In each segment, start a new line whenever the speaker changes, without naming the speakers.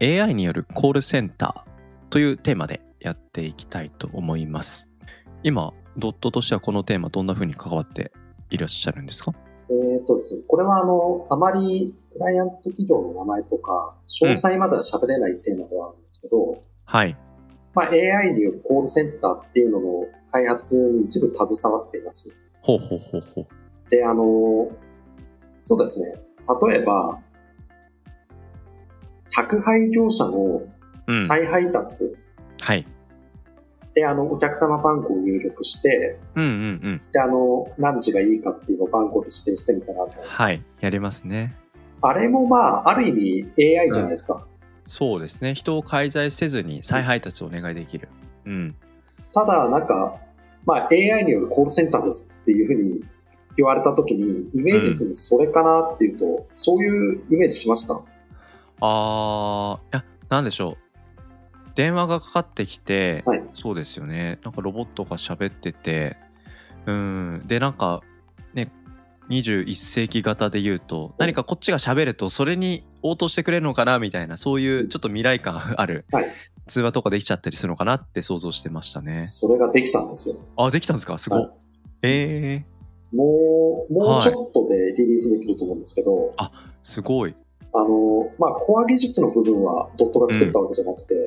AI によるコールセンターというテーマでやっていきたいと思います今ドットとしてはこのテーマどんな風に関わっていらっしゃるんですか
えーっとですね、これはあの、あまりクライアント企業の名前とか、詳細までは喋れないテーマではあるんですけど、
はい
まあ、AI によるコールセンターっていうのの開発に一部携わっています。
ほうほうほうほう
で、あの、そうですね、例えば、宅配業者の
うん
再配達
はい
で、あの、お客様番号を入力して、
うんうんうん
で、あの、何時がいいかっていうのを番号で指定してみたいなのあるじゃないですか。
はいやりますね
あれもまあ、ある意味 AI じゃないですか。
そうですね人を介在せずに再配達をお願いできるうん
ただ、なんか、まあ、AI によるコールセンターですっていうふうに言われたときに、イメージするそれかなっていうと、そういうイメージしました。
あーいや何でしょう電話がかかってきて、
はい
そうですよねなんかロボットが喋っててうんでなんかね21世紀型で言うと何かこっちが喋るとそれに応答してくれるのかなみたいなそういうちょっと未来感ある
はい
通話とかできちゃったりするのかなって想像してましたね。
それができたんですよ。
あできたんですかすごっ、
はい
え
もう、も
は
う
い
ちょっとでリリースできると思うんですけど、
ー、すごい。
あの、まあ、コア技術の部分はドットが作ったわけじゃなくて、っ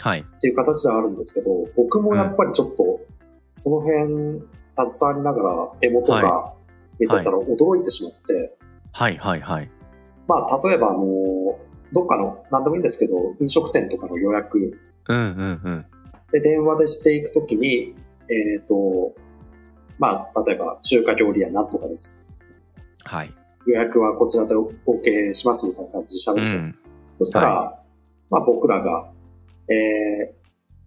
はい。
ていう形ではあるんですけど、僕もやっぱりちょっと、その辺、携わりながらデモとか見てたら驚いてしまって、
はいはいはい。
まあ、例えば、あの、どっかの、なんでもいいんですけど、飲食店とかの予約
うんうんうん。
で電話でしていくときに、えっ、と、まあ、例えば、中華料理屋なんとかです。
はい。
予約はこちらで OK しますみたいな感じで喋るじゃないですか。そしたら、まあ、僕らが、え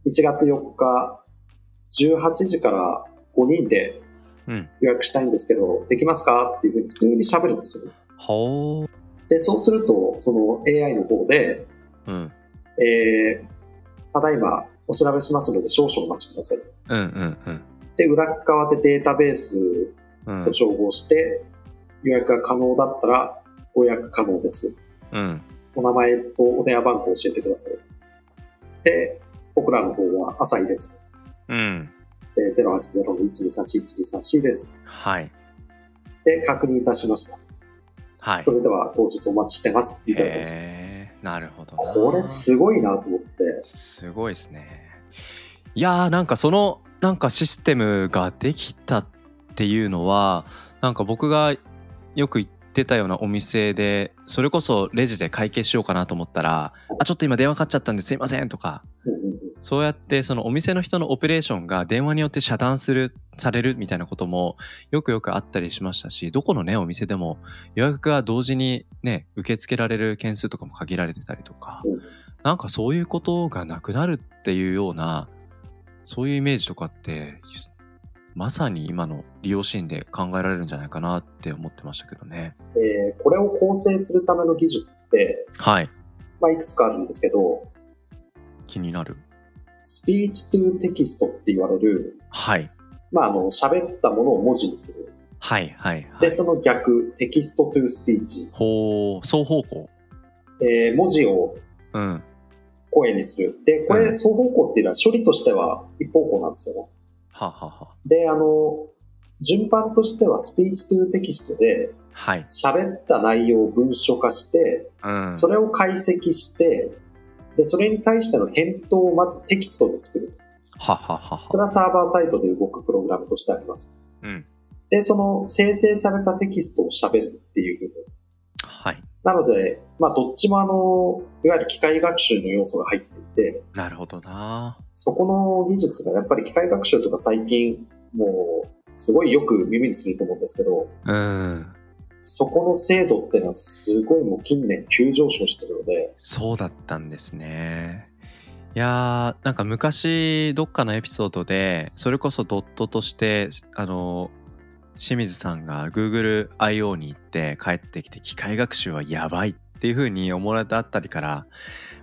ー、1月4日、18時から5人で
うん。
予約したいんですけど、できますかっていうふうに普通に喋るんですよ。
ほー。
で、そうすると、その AI の方で、
うん。
えーただいまお調べしますので少々お待ちください。
うんうんうん。
で、裏側でデータベース
うん
と照合して、予約が可能だったらご予約可能です。
うん、
お名前とお電話番号を教えてください。で、僕らの方は朝いです。
うん、
で、080-1234-1234です。
はい、
で、確認いたしました。
はい。
それでは当日お待ちしてます。みたいな感じ。
へーなるほどな。
これすごいなと思って。
すごいですね。いやーなんかそのなんかシステムができたっていうのはなんか僕がよく行ってたようなお店でそれこそレジで会計しようかなと思ったら「あちょっと今電話かかっちゃったんですいません」とか
うんうんうん
そうやってそのお店の人のオペレーションが電話によって遮断するされるみたいなこともよくよくあったりしましたしどこのねお店でも予約が同時にね受け付けられる件数とかも限られてたりとか
うん
なんかそういうことがなくなるっていうようなそういうイメージとかってまさに今の利用シーンで考えられるんじゃないかなって思ってましたけどね
えーこれを構成するための技術って、
はい
まあ、いくつかあるんですけど、
気になる
スピーチトゥーテキストって言われる、
はい
まあ、あの、喋ったものを文字にする。
はいはいは
で、
い
その逆、テキストトゥースピーチ。
ほう双方向
えー文字を
うん
声にする。で、こ
う
れ、
ん
双方向っていうのは処理としては一方向なんですよね。
はあはあはあ
で、あの、順番としてはスピーチトゥーテキストで、
はい
喋った内容を文書化して、
うん
それを解析して、で、それに対しての返答をまずテキストで作る。
はははは
そ。れはサーバーサイトで動くプログラムとしてあります。
うん。
で、その生成されたテキストを喋るっていう部分。
はい。
なので、まあ、どっちもあの、いわゆる機械学習の要素が入っていて、
なるほどな。
そこの技術がやっぱり機械学習とか最近、もう、すごいよく耳にすると思うんですけど、
うん。
そこの精度っていうのはすごいもう近年急上昇してるので、
そうだったんですね。いやーなんか昔どっかのエピソードでそれこそドットとしてあの清水さんが GoogleIO に行って帰ってきて機械学習はやばいっていうふうに思われたあたりから、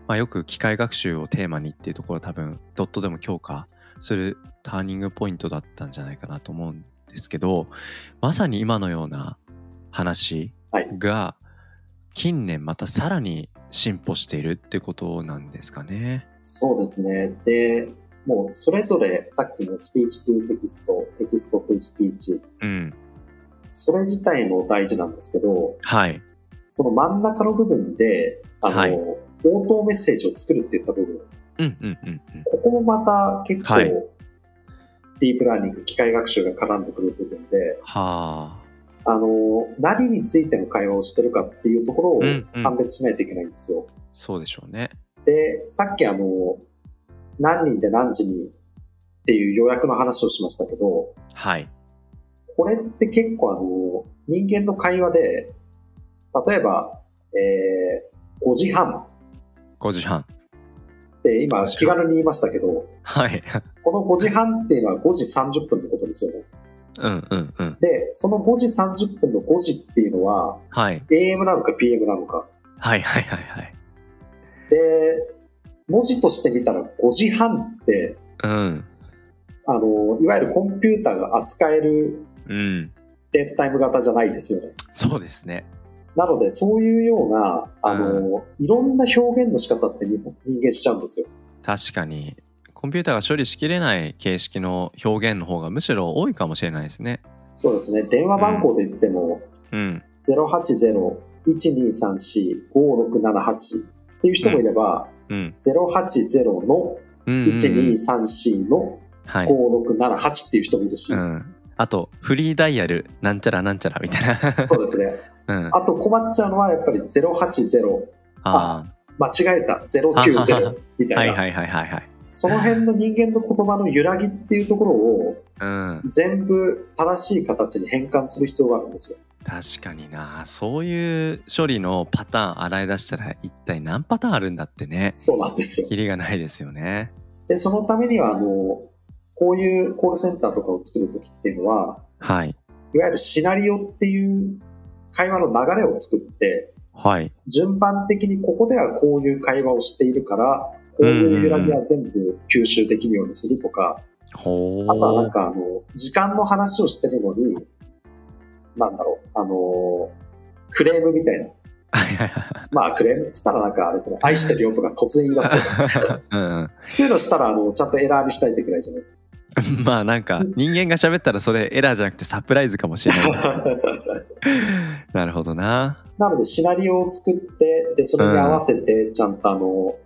まあ、よく機械学習をテーマにっていうところは多分ドットでも強化するターニングポイントだったんじゃないかなと思うんですけどまさに今のような話が近年またさらに進歩しているってことなんですかね。
そうですね。で、もうそれぞれさっきのスピーチ to テキスト、テキスト to スピーチ、
うん、
それ自体も大事なんですけど、
はい、
その真ん中の部分で、あの、
はい
応答メッセージを作るっていった部分、
うんうんうんうん、
ここもまた結構、
はい
ディープラーニング、機械学習が絡んでくる部分で、
はあ、
あの、何についての会話をしてるかっていうところを
うんうん
判別しないといけないんですよ。
そうでしょうね。
で、さっきあの、何人で何時にっていう要約の話をしましたけど、
はい、
これって結構あの、人間の会話で、例えば、えー5時半
5時半。
って今
5時半
気軽に言いましたけど、
はい、
この5時半っていうのは5時30分のことですよね。
うんうんうん、
で、その5時30分の5時っていうのは、
はい、
AM なのか PM なのか。
はいはいはいはい。
で、文字として見たら5時半って、
うん、
あの、いわゆるコンピューターが扱える
うん、
データタイム型じゃないですよね。
そうですね。
なので、そういうような、あの、いろんな表現の仕方って日本人間しちゃうんですよ。
確かにコンピューターが処理しきれない形式の表現の方がむしろ多いかもしれないですね。
そうですね。電話番号で言っても、
うん、
080-1234-5678っていう人もいれば、
うん、
080の
うん、うん
1234の
はい、
5678っていう人もいるし、
うん。あとフリーダイヤルなんちゃらなんちゃらみたいな。
そうで すね。
うん、あ
あと困っちゃうのはやっぱり080、
あ
間違えた、090み
ー、はい
たいな、
はいはいはいはい。
その辺の人間の言葉の揺らぎっていうところを
うん、
全部正しい形に変換する必要があるんですよ。
確かになそういう処理のパターン洗い出したら一体何パターンあるんだってね
そうなんですよ。
キリがないですよね
で、そのためには、あの、こういうコールセンターとかを作るときっていうのは、
はい
いわゆるシナリオっていう会話の流れを作って、
はい
順番的にここではこういう会話をしているから、こういう揺らぎは全部吸収できるようにするとか、
ほ
あとはなん
う
かあの、時間の話をしてるのに、なんだろう、あのークレームみたいな。まあクレームって言ったらなんかあれですね、愛してるよとか突然言い出すとか。
うんうん
そういうのしたら、あの、ちゃんとエラーにしないといけないじゃないですか。
まあなんか人間が喋ったらそれエラーじゃなくてサプライズかもしれないですね なるほどな
なのでシナリオを作って、で、それに合わせて、ちゃんとあの、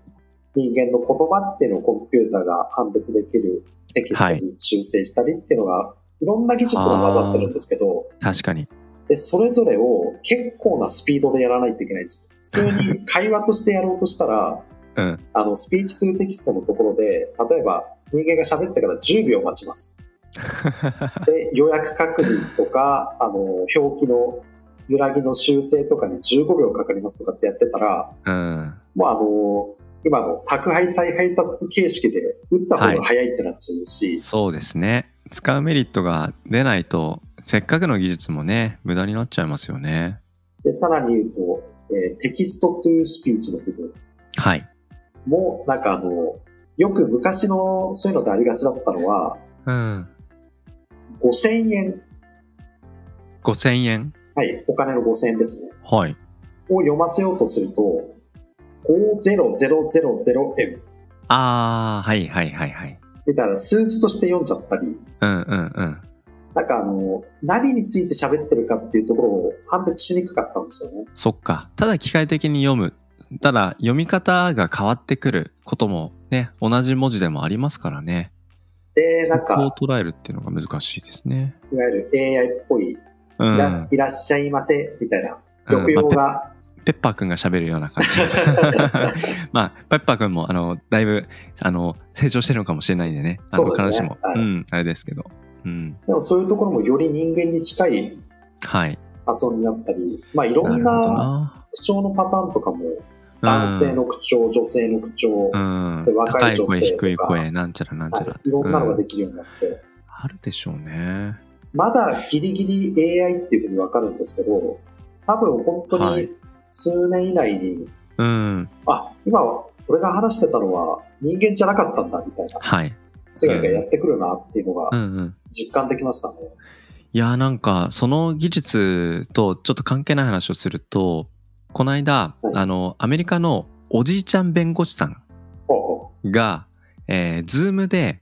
人間の言葉っていうのをコンピューターが判別できるテキストに修正したりっていうのが、い、ろんな技術が混ざってるんですけど、
確かに
で、それぞれを結構なスピードでやらないといけないんですよ。普通に会話としてやろうとしたら、
うん
あの、スピーチトゥーテキストのところで、例えば人間が喋ってから10秒待ちます。で、予約確認とか、あの、表記の揺らぎの修正とかに15秒かかりますとかってやってたら、
うん
もうあの、今の宅配再配達形式で打った方が早いってなっちゃうし、
そうですね使うメリットが出ないとせっかくの技術もね無駄になっちゃいますよね
で、さらに言うと、えーテキストトゥースピーチの部分
はい
も、なんかあの、よく昔のそういうのでありがちだったのは、
うん
5000円、
5000円
はい、お金の5000円ですね。
はい
を読ませようとすると、50000円
ああはいはいはいはい
みたいな数字として読んじゃったり、
うんうんうん
なんかあの、何について喋ってるかっていうところを判別しにくかったんですよね。
そっかただ機械的に読むただ読み方が変わってくることもね同じ文字でもありますからね
で、なん
ここを
か、
捉えるっていうのが難しいですね
いわゆる AI っぽい、い
うん
ら,、いらっしゃいませ、みたいな、抑
うんまあ
揚が、
ペッパーくんが喋るような 感じ。まあ、ペッパーくんも、あの、だいぶ、あの、成長してるのかもしれないんでね。あの
そうです
必ずし
ね
も、
はい
うん、あれですけど。うん。
でもそういうところもより人間に近い
はい。
発音になったり、まあいろ
なんるほど
な
な。
口調のパターンとかも男性の口調、女性の口調、
う
は
ん
で若
高い
い女
声
性とか
低い声なんちゃらなんちゃら、
い、いろんなのが
う
で
ん
きるようになって、
あるでしょうね
まだギリギリ AI っていうふうにわかるんですけど、多分本当
はい
に数年以内に、
うん
あ、今は俺が話してたのは人間じゃなかったんだみたいな
はい
世界がやってくるなっていうのが
うんうん
実感できましたね。
いやーなんかその技術とちょっと関係ない話をするとこの間
はい
あのアメリカのおじいちゃん弁護士さん
ほうほ
が、えー、ズームで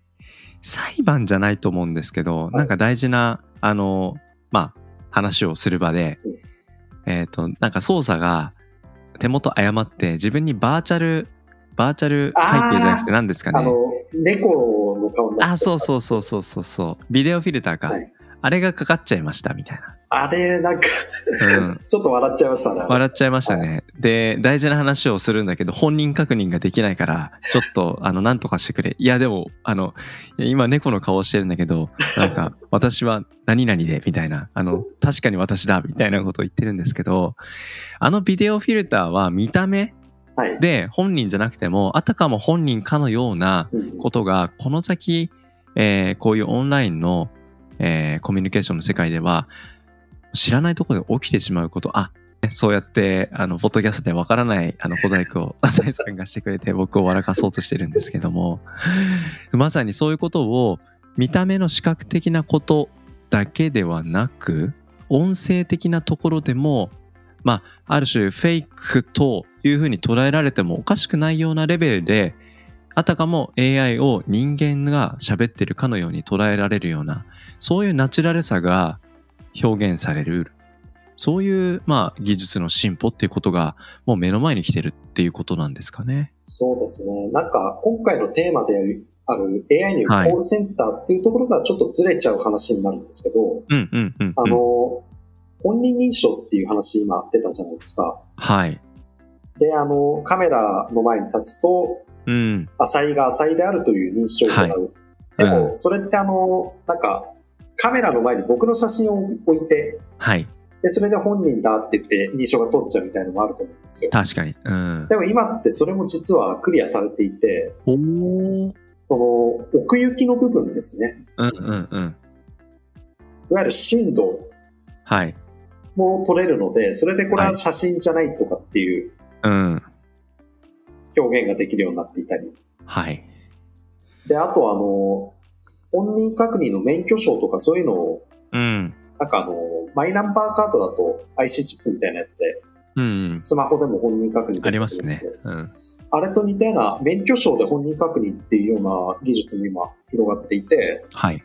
裁判じゃないと思うんですけど、なんか大事なあのまあ話をする場で、
うん
えっ、となんか捜査が手元誤って自分にバーチャルバーチャル背景じゃなくて何ですか
うあの
ね、
猫の顔になって
あそうそうそうそうそうそうビデオフィルターか、
はい
あれがかかっちゃいましたみたい
あれ、なんか、
な、うん、
ちょっと笑っちゃいましたね。
笑っちゃいましたね。で、大事な話をするんだけど、本人確認ができないから、ちょっと、あの、なんとかしてくれ。いや、でも、あの、いや今猫の顔してるんだけど、なんか、私は何々で、みたいな、あの、確かに私だ、みたいなことを言ってるんですけど、あのビデオフィルターは見た目
はい。
で本人じゃなくても、あたかも本人かのような
うん
ことが、この先、えーこういうオンラインの、えーコミュニケーションの世界では、知らないところで起きてしまうこと、あ、そうやって、あの、ポッドキャストでわからない、あの、小細工を、 浅井さんがしてくれて、僕を笑かそうとしてるんですけども、まさにそういうことを、見た目の視覚的なことだけではなく、音声的なところでも、まあ、ある種フェイクというふうに捉えられてもおかしくないようなレベルで、あたかも AI を人間が喋ってるかのように捉えられるような、そういうナチュラルさが表現される。そういう、まあ、技術の進歩っていうことが、もう目の前に来てるっていうことなんですかね。
そうですね。なんか、今回のテーマである AI によ
はい
るコールセンターっていうところとはちょっとずれちゃう話になるんですけど、
うんうんうん、
あ
う
の
ん。、
本人認証っていう話今出たじゃないですか。
はい。
で、あの、カメラの前に立つと、
うん。
浅井が浅井であるという認証をもらう。
はい
でも、
う
それってあの、なんか、カメラの前に僕の写真を置いて、
はい。
でそれで本人だって言って認証が取っちゃうみたいなのもあると思うんですよ。
確かに。うん。
でも今ってそれも実はクリアされていて、
おー。
その奥行きの部分ですね。
うんうんうん。
いわゆる深度
はい。
も取れるので、それでこれ
は
はい写真じゃないとかっていう
うん。
表現ができるようになっていたり。
はい。
で、あとあの、本人確認の免許証とかそういうのを、
うん。
なんかあの、マイナンバーカードだと IC チップみたいなやつで、
うんうん。
スマホでも本人確認できる
ありますね
んですけど。
うん。
あれと似たような免許証で本人確認っていうような技術も今広がっていて、
はい。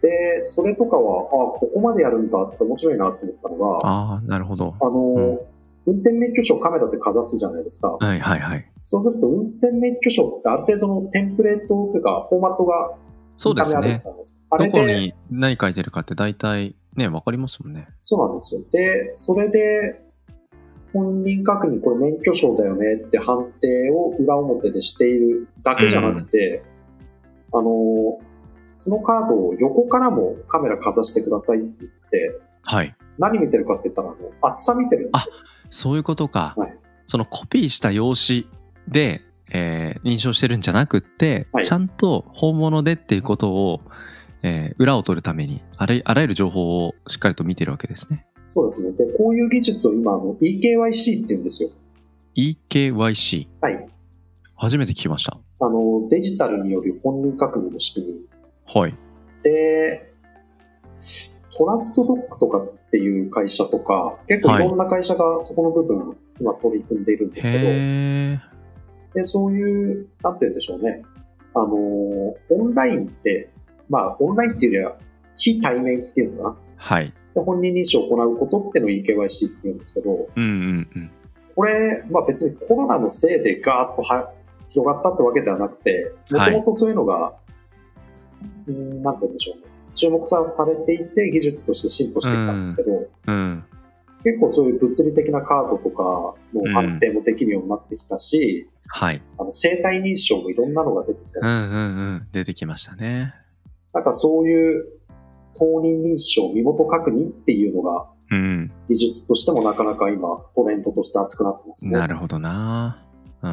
で、それとかは、あ、ここまでやるんだって面白いなと思ったのが、あ
ああ、なるほど。
の、運転免許証カメラでかざすじゃないですか。
はいはいはい。
そうすると運転免許証ってある程度のテンプレートというかフォーマットが
そうです
見た目ある
ね
じ。ゃないですか。あ
ど
れ
こ
で、
に何書いてるかって大体ね、わかりますもんね。
そうなんですよ。で、それで、本人確認、これ免許証だよねって判定を裏表でしているだけじゃなくて、あの、そのカードを横からもカメラかざしてくださいって言って、
はい。
何見てるかって言ったら、あの厚さ見てるんですよ。
そういうことか。
はい
そのコピーした用紙で、えー認証してるんじゃなくって、
はい
ちゃんと本物でっていうことを、えー裏を取るためにあら、あらゆる情報をしっかりと見てるわけですね。
そうですね。で、こういう技術を今、あの EKYC って言うんですよ。
EKYC。
はい。
初めて聞きました。
あの、デジタルによる本人確認の仕組み。
はい。
で、トラストドックとかっていう会社とか、結構いろんな会社がそこの部分、今取り組んでいるんですけど、
へえ。
でそういう、なんて言うんでしょうね。あのー、オンラインって、まあ、オンラインっていうよりは、非対面っていうのかな。
はい。
で本人認証を行うことってのを EKYC っていうんですけど、
うんうん
これ、まあ別にコロナのせいでガーッとは広がったってわけではなくて、も
は
と
い
もとそういうのが、うーん、なんて言うんでしょうね。注目さされていて、技術として進歩してきたんですけど、
うん。うん。
結構そういう物理的なカードとかの判定もできるようになってきたし、
はい。
あの生体認証もいろんなのが出てきた
う
じゃ
ん
ないうですか。
んうん。出てきましたね。
なんかそういう、当人認証、身元確認っていうのが、
うん。
技術としてもなかなか今、トレンドとして熱くなってますね。
なるほどな。うん。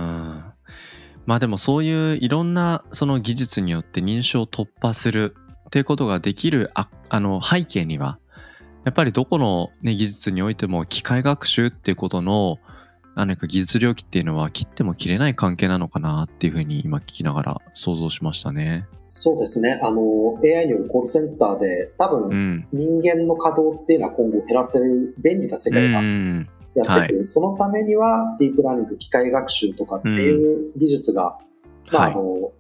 まあでもそういういろんなその技術によって認証を突破するっていうことができるああの背景にはやっぱりどこの、ね、技術においても機械学習っていうことの何か技術領域っていうのは切っても切れない関係なのかなっていうふうに今聞きながら想像しましたね。
そうですね。あの、AI によるコールセンターで、多
う
分、
ん。
人間の稼働っていうのは今後減らせる便利な世
う
界が
ん。
やってくる。そのためには、ディープラーニング、機械学習とかっていう技術が、ま
は
あ、あ
い。
の、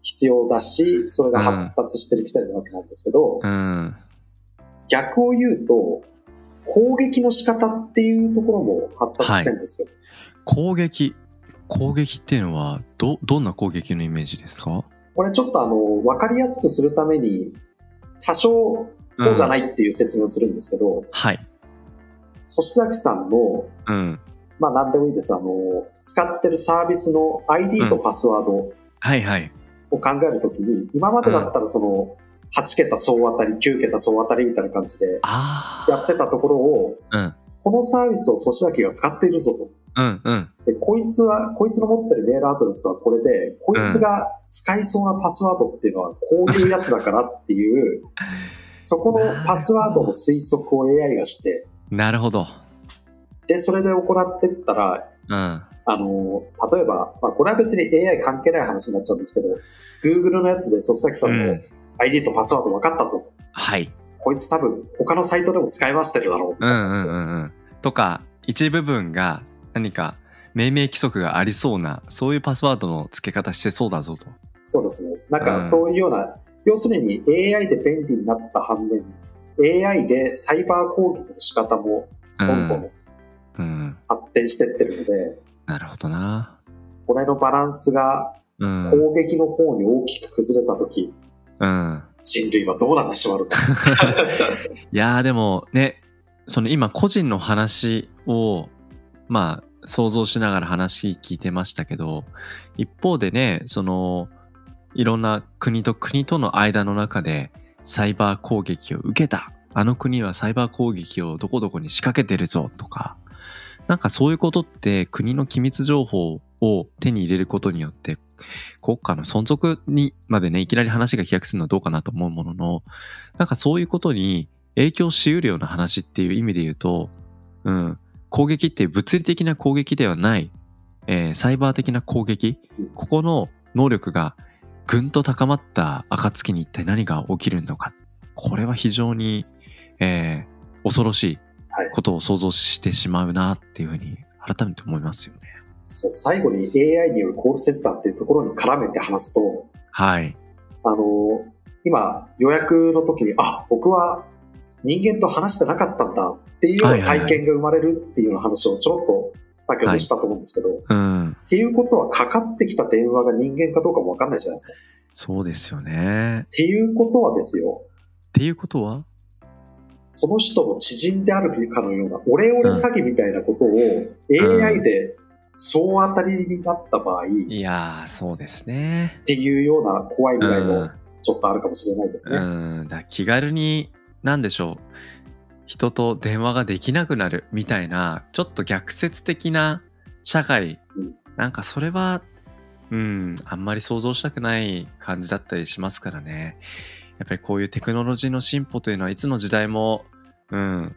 必要だし、それが発達してるきたりなわけなんですけど、
うん。
逆を言うと、攻撃の仕方っていうところも発達してるんですよ。
攻撃。攻撃っていうのはど、どんな攻撃のイメージですか
これちょっとあの、わかりやすくするために、多少そうじゃないっていう説明をするんですけど、
はい。
そし粗きさんの、
うん。
まあ何でもいいです、あの、使ってるサービスの ID とパスワードを
はいはい。
考えるときに、今までだったらその、8桁総当たり、9桁総当たりみたいな感じで
ああ。
やってたところを、
うん。
このサービスを粗品家が使っているぞと。
うんうん。
で、こいつは、こいつの持ってるメールアドレスはこれで、こいつが使いそうなパスワードっていうのはこういうやつだからっていう、そこのパスワードの推測を AI がして、
なるほど。
で、それで行ってったら、
うん。
あの、例えば、まあ、これは別に AI 関係ない話になっちゃうんですけど、Google のやつで、そしたきさん
う
の
ん
ID とパスワード分かったぞと。
はい。
こいつ多分他のサイトでも使いましてるだろうみ
う
たいなん感
う
じ
ん
で。
うんうん。とか、一部分が何か命名規則がありそうな、そういうパスワードの付け方してそうだぞと。
そうですね。なん
う
か
ん
そういうような、要するに AI で便利になった反面、AI でサイバー攻撃の仕方も
う
どんど
ん。
ん
うん、
発展してってるので、
なるほどな。
これのバランスが
うん。
攻撃の方に大きく崩れたとき、
うん。
人類はどうなってしまうのか。
いやーでもね、その今個人の話を、まあ想像しながら話聞いてましたけど、一方でね、そのいろんな国と国との間の中でサイバー攻撃を受けた。あの国はサイバー攻撃をどこどこに仕掛けてるぞとか、なんかそういうことって国の機密情報を手に入れることによって国家の存続にまでね、いきなり話が飛躍するのはどうかなと思うものの、なんかそういうことに影響しうるような話っていう意味で言うと、うん、攻撃っていう物理的な攻撃ではない、えーサイバー的な攻撃
うん、
ここの能力がぐんと高まった暁に一体何が起きるのか、これは非常に、えー恐ろしい
はい
ことを想像してしまうなっていうふうに改めて思いますよね。
そう最後に AI によるコールセンターっていうところに絡めて話すと、
はい。
あの、今予約の時に、あ、僕は人間と話してなかったんだっていうような体験が生まれるっていうような話をちょろっと先ほどしたと思うんですけど、
うん。
っていうことはかかってきた電話が人間かどうかもわかんないじゃないですか。っ
そうですよね。
ていうことはですよ、
っていうことは
その人の知人であるかのような、オレオレ詐欺みたいなことを AI で総当たりになった場合、っ
いやー、そうですね。
ていうような怖い未来
う
も
ん
ちょっとあるかもしれないですね。
うんだ気軽に何でしょう人と電話ができなくなるみたいなちょっと逆説的な社会
うん
なんかそれはうんあんまり想像したくない感じだったりしますからねやっぱりこういうテクノロジーの進歩というのはいつの時代もうん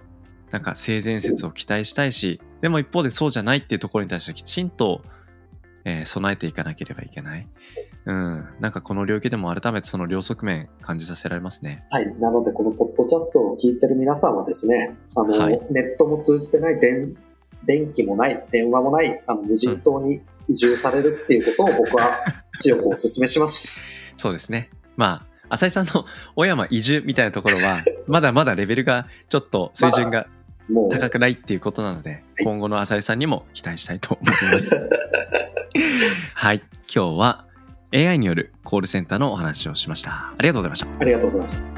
なんか性善説を期待したいしでも一方でそうじゃないっていうところに対してきちんと、えー備えていかなければいけないうん、なんかこの領域でも改めてその両側面感じさせられますね。
はい。なので、このポッドキャストを聞いてる皆さんはですね、あの、
はい
ネットも通じてない、電、電気もない、電話もない、あの、無人島に移住されるっていうことを僕は強くお勧めします。
そうですね。まあ、浅井さんの 小山移住みたいなところは、まだまだレベルがちょっと水準が
もう、
高くないっていうことなので、
い
今後の浅井さんにも期待したいと思います。はい、今日は AI によるコールセンターのお話をしました。ありがとうございました。
ありがとうございました。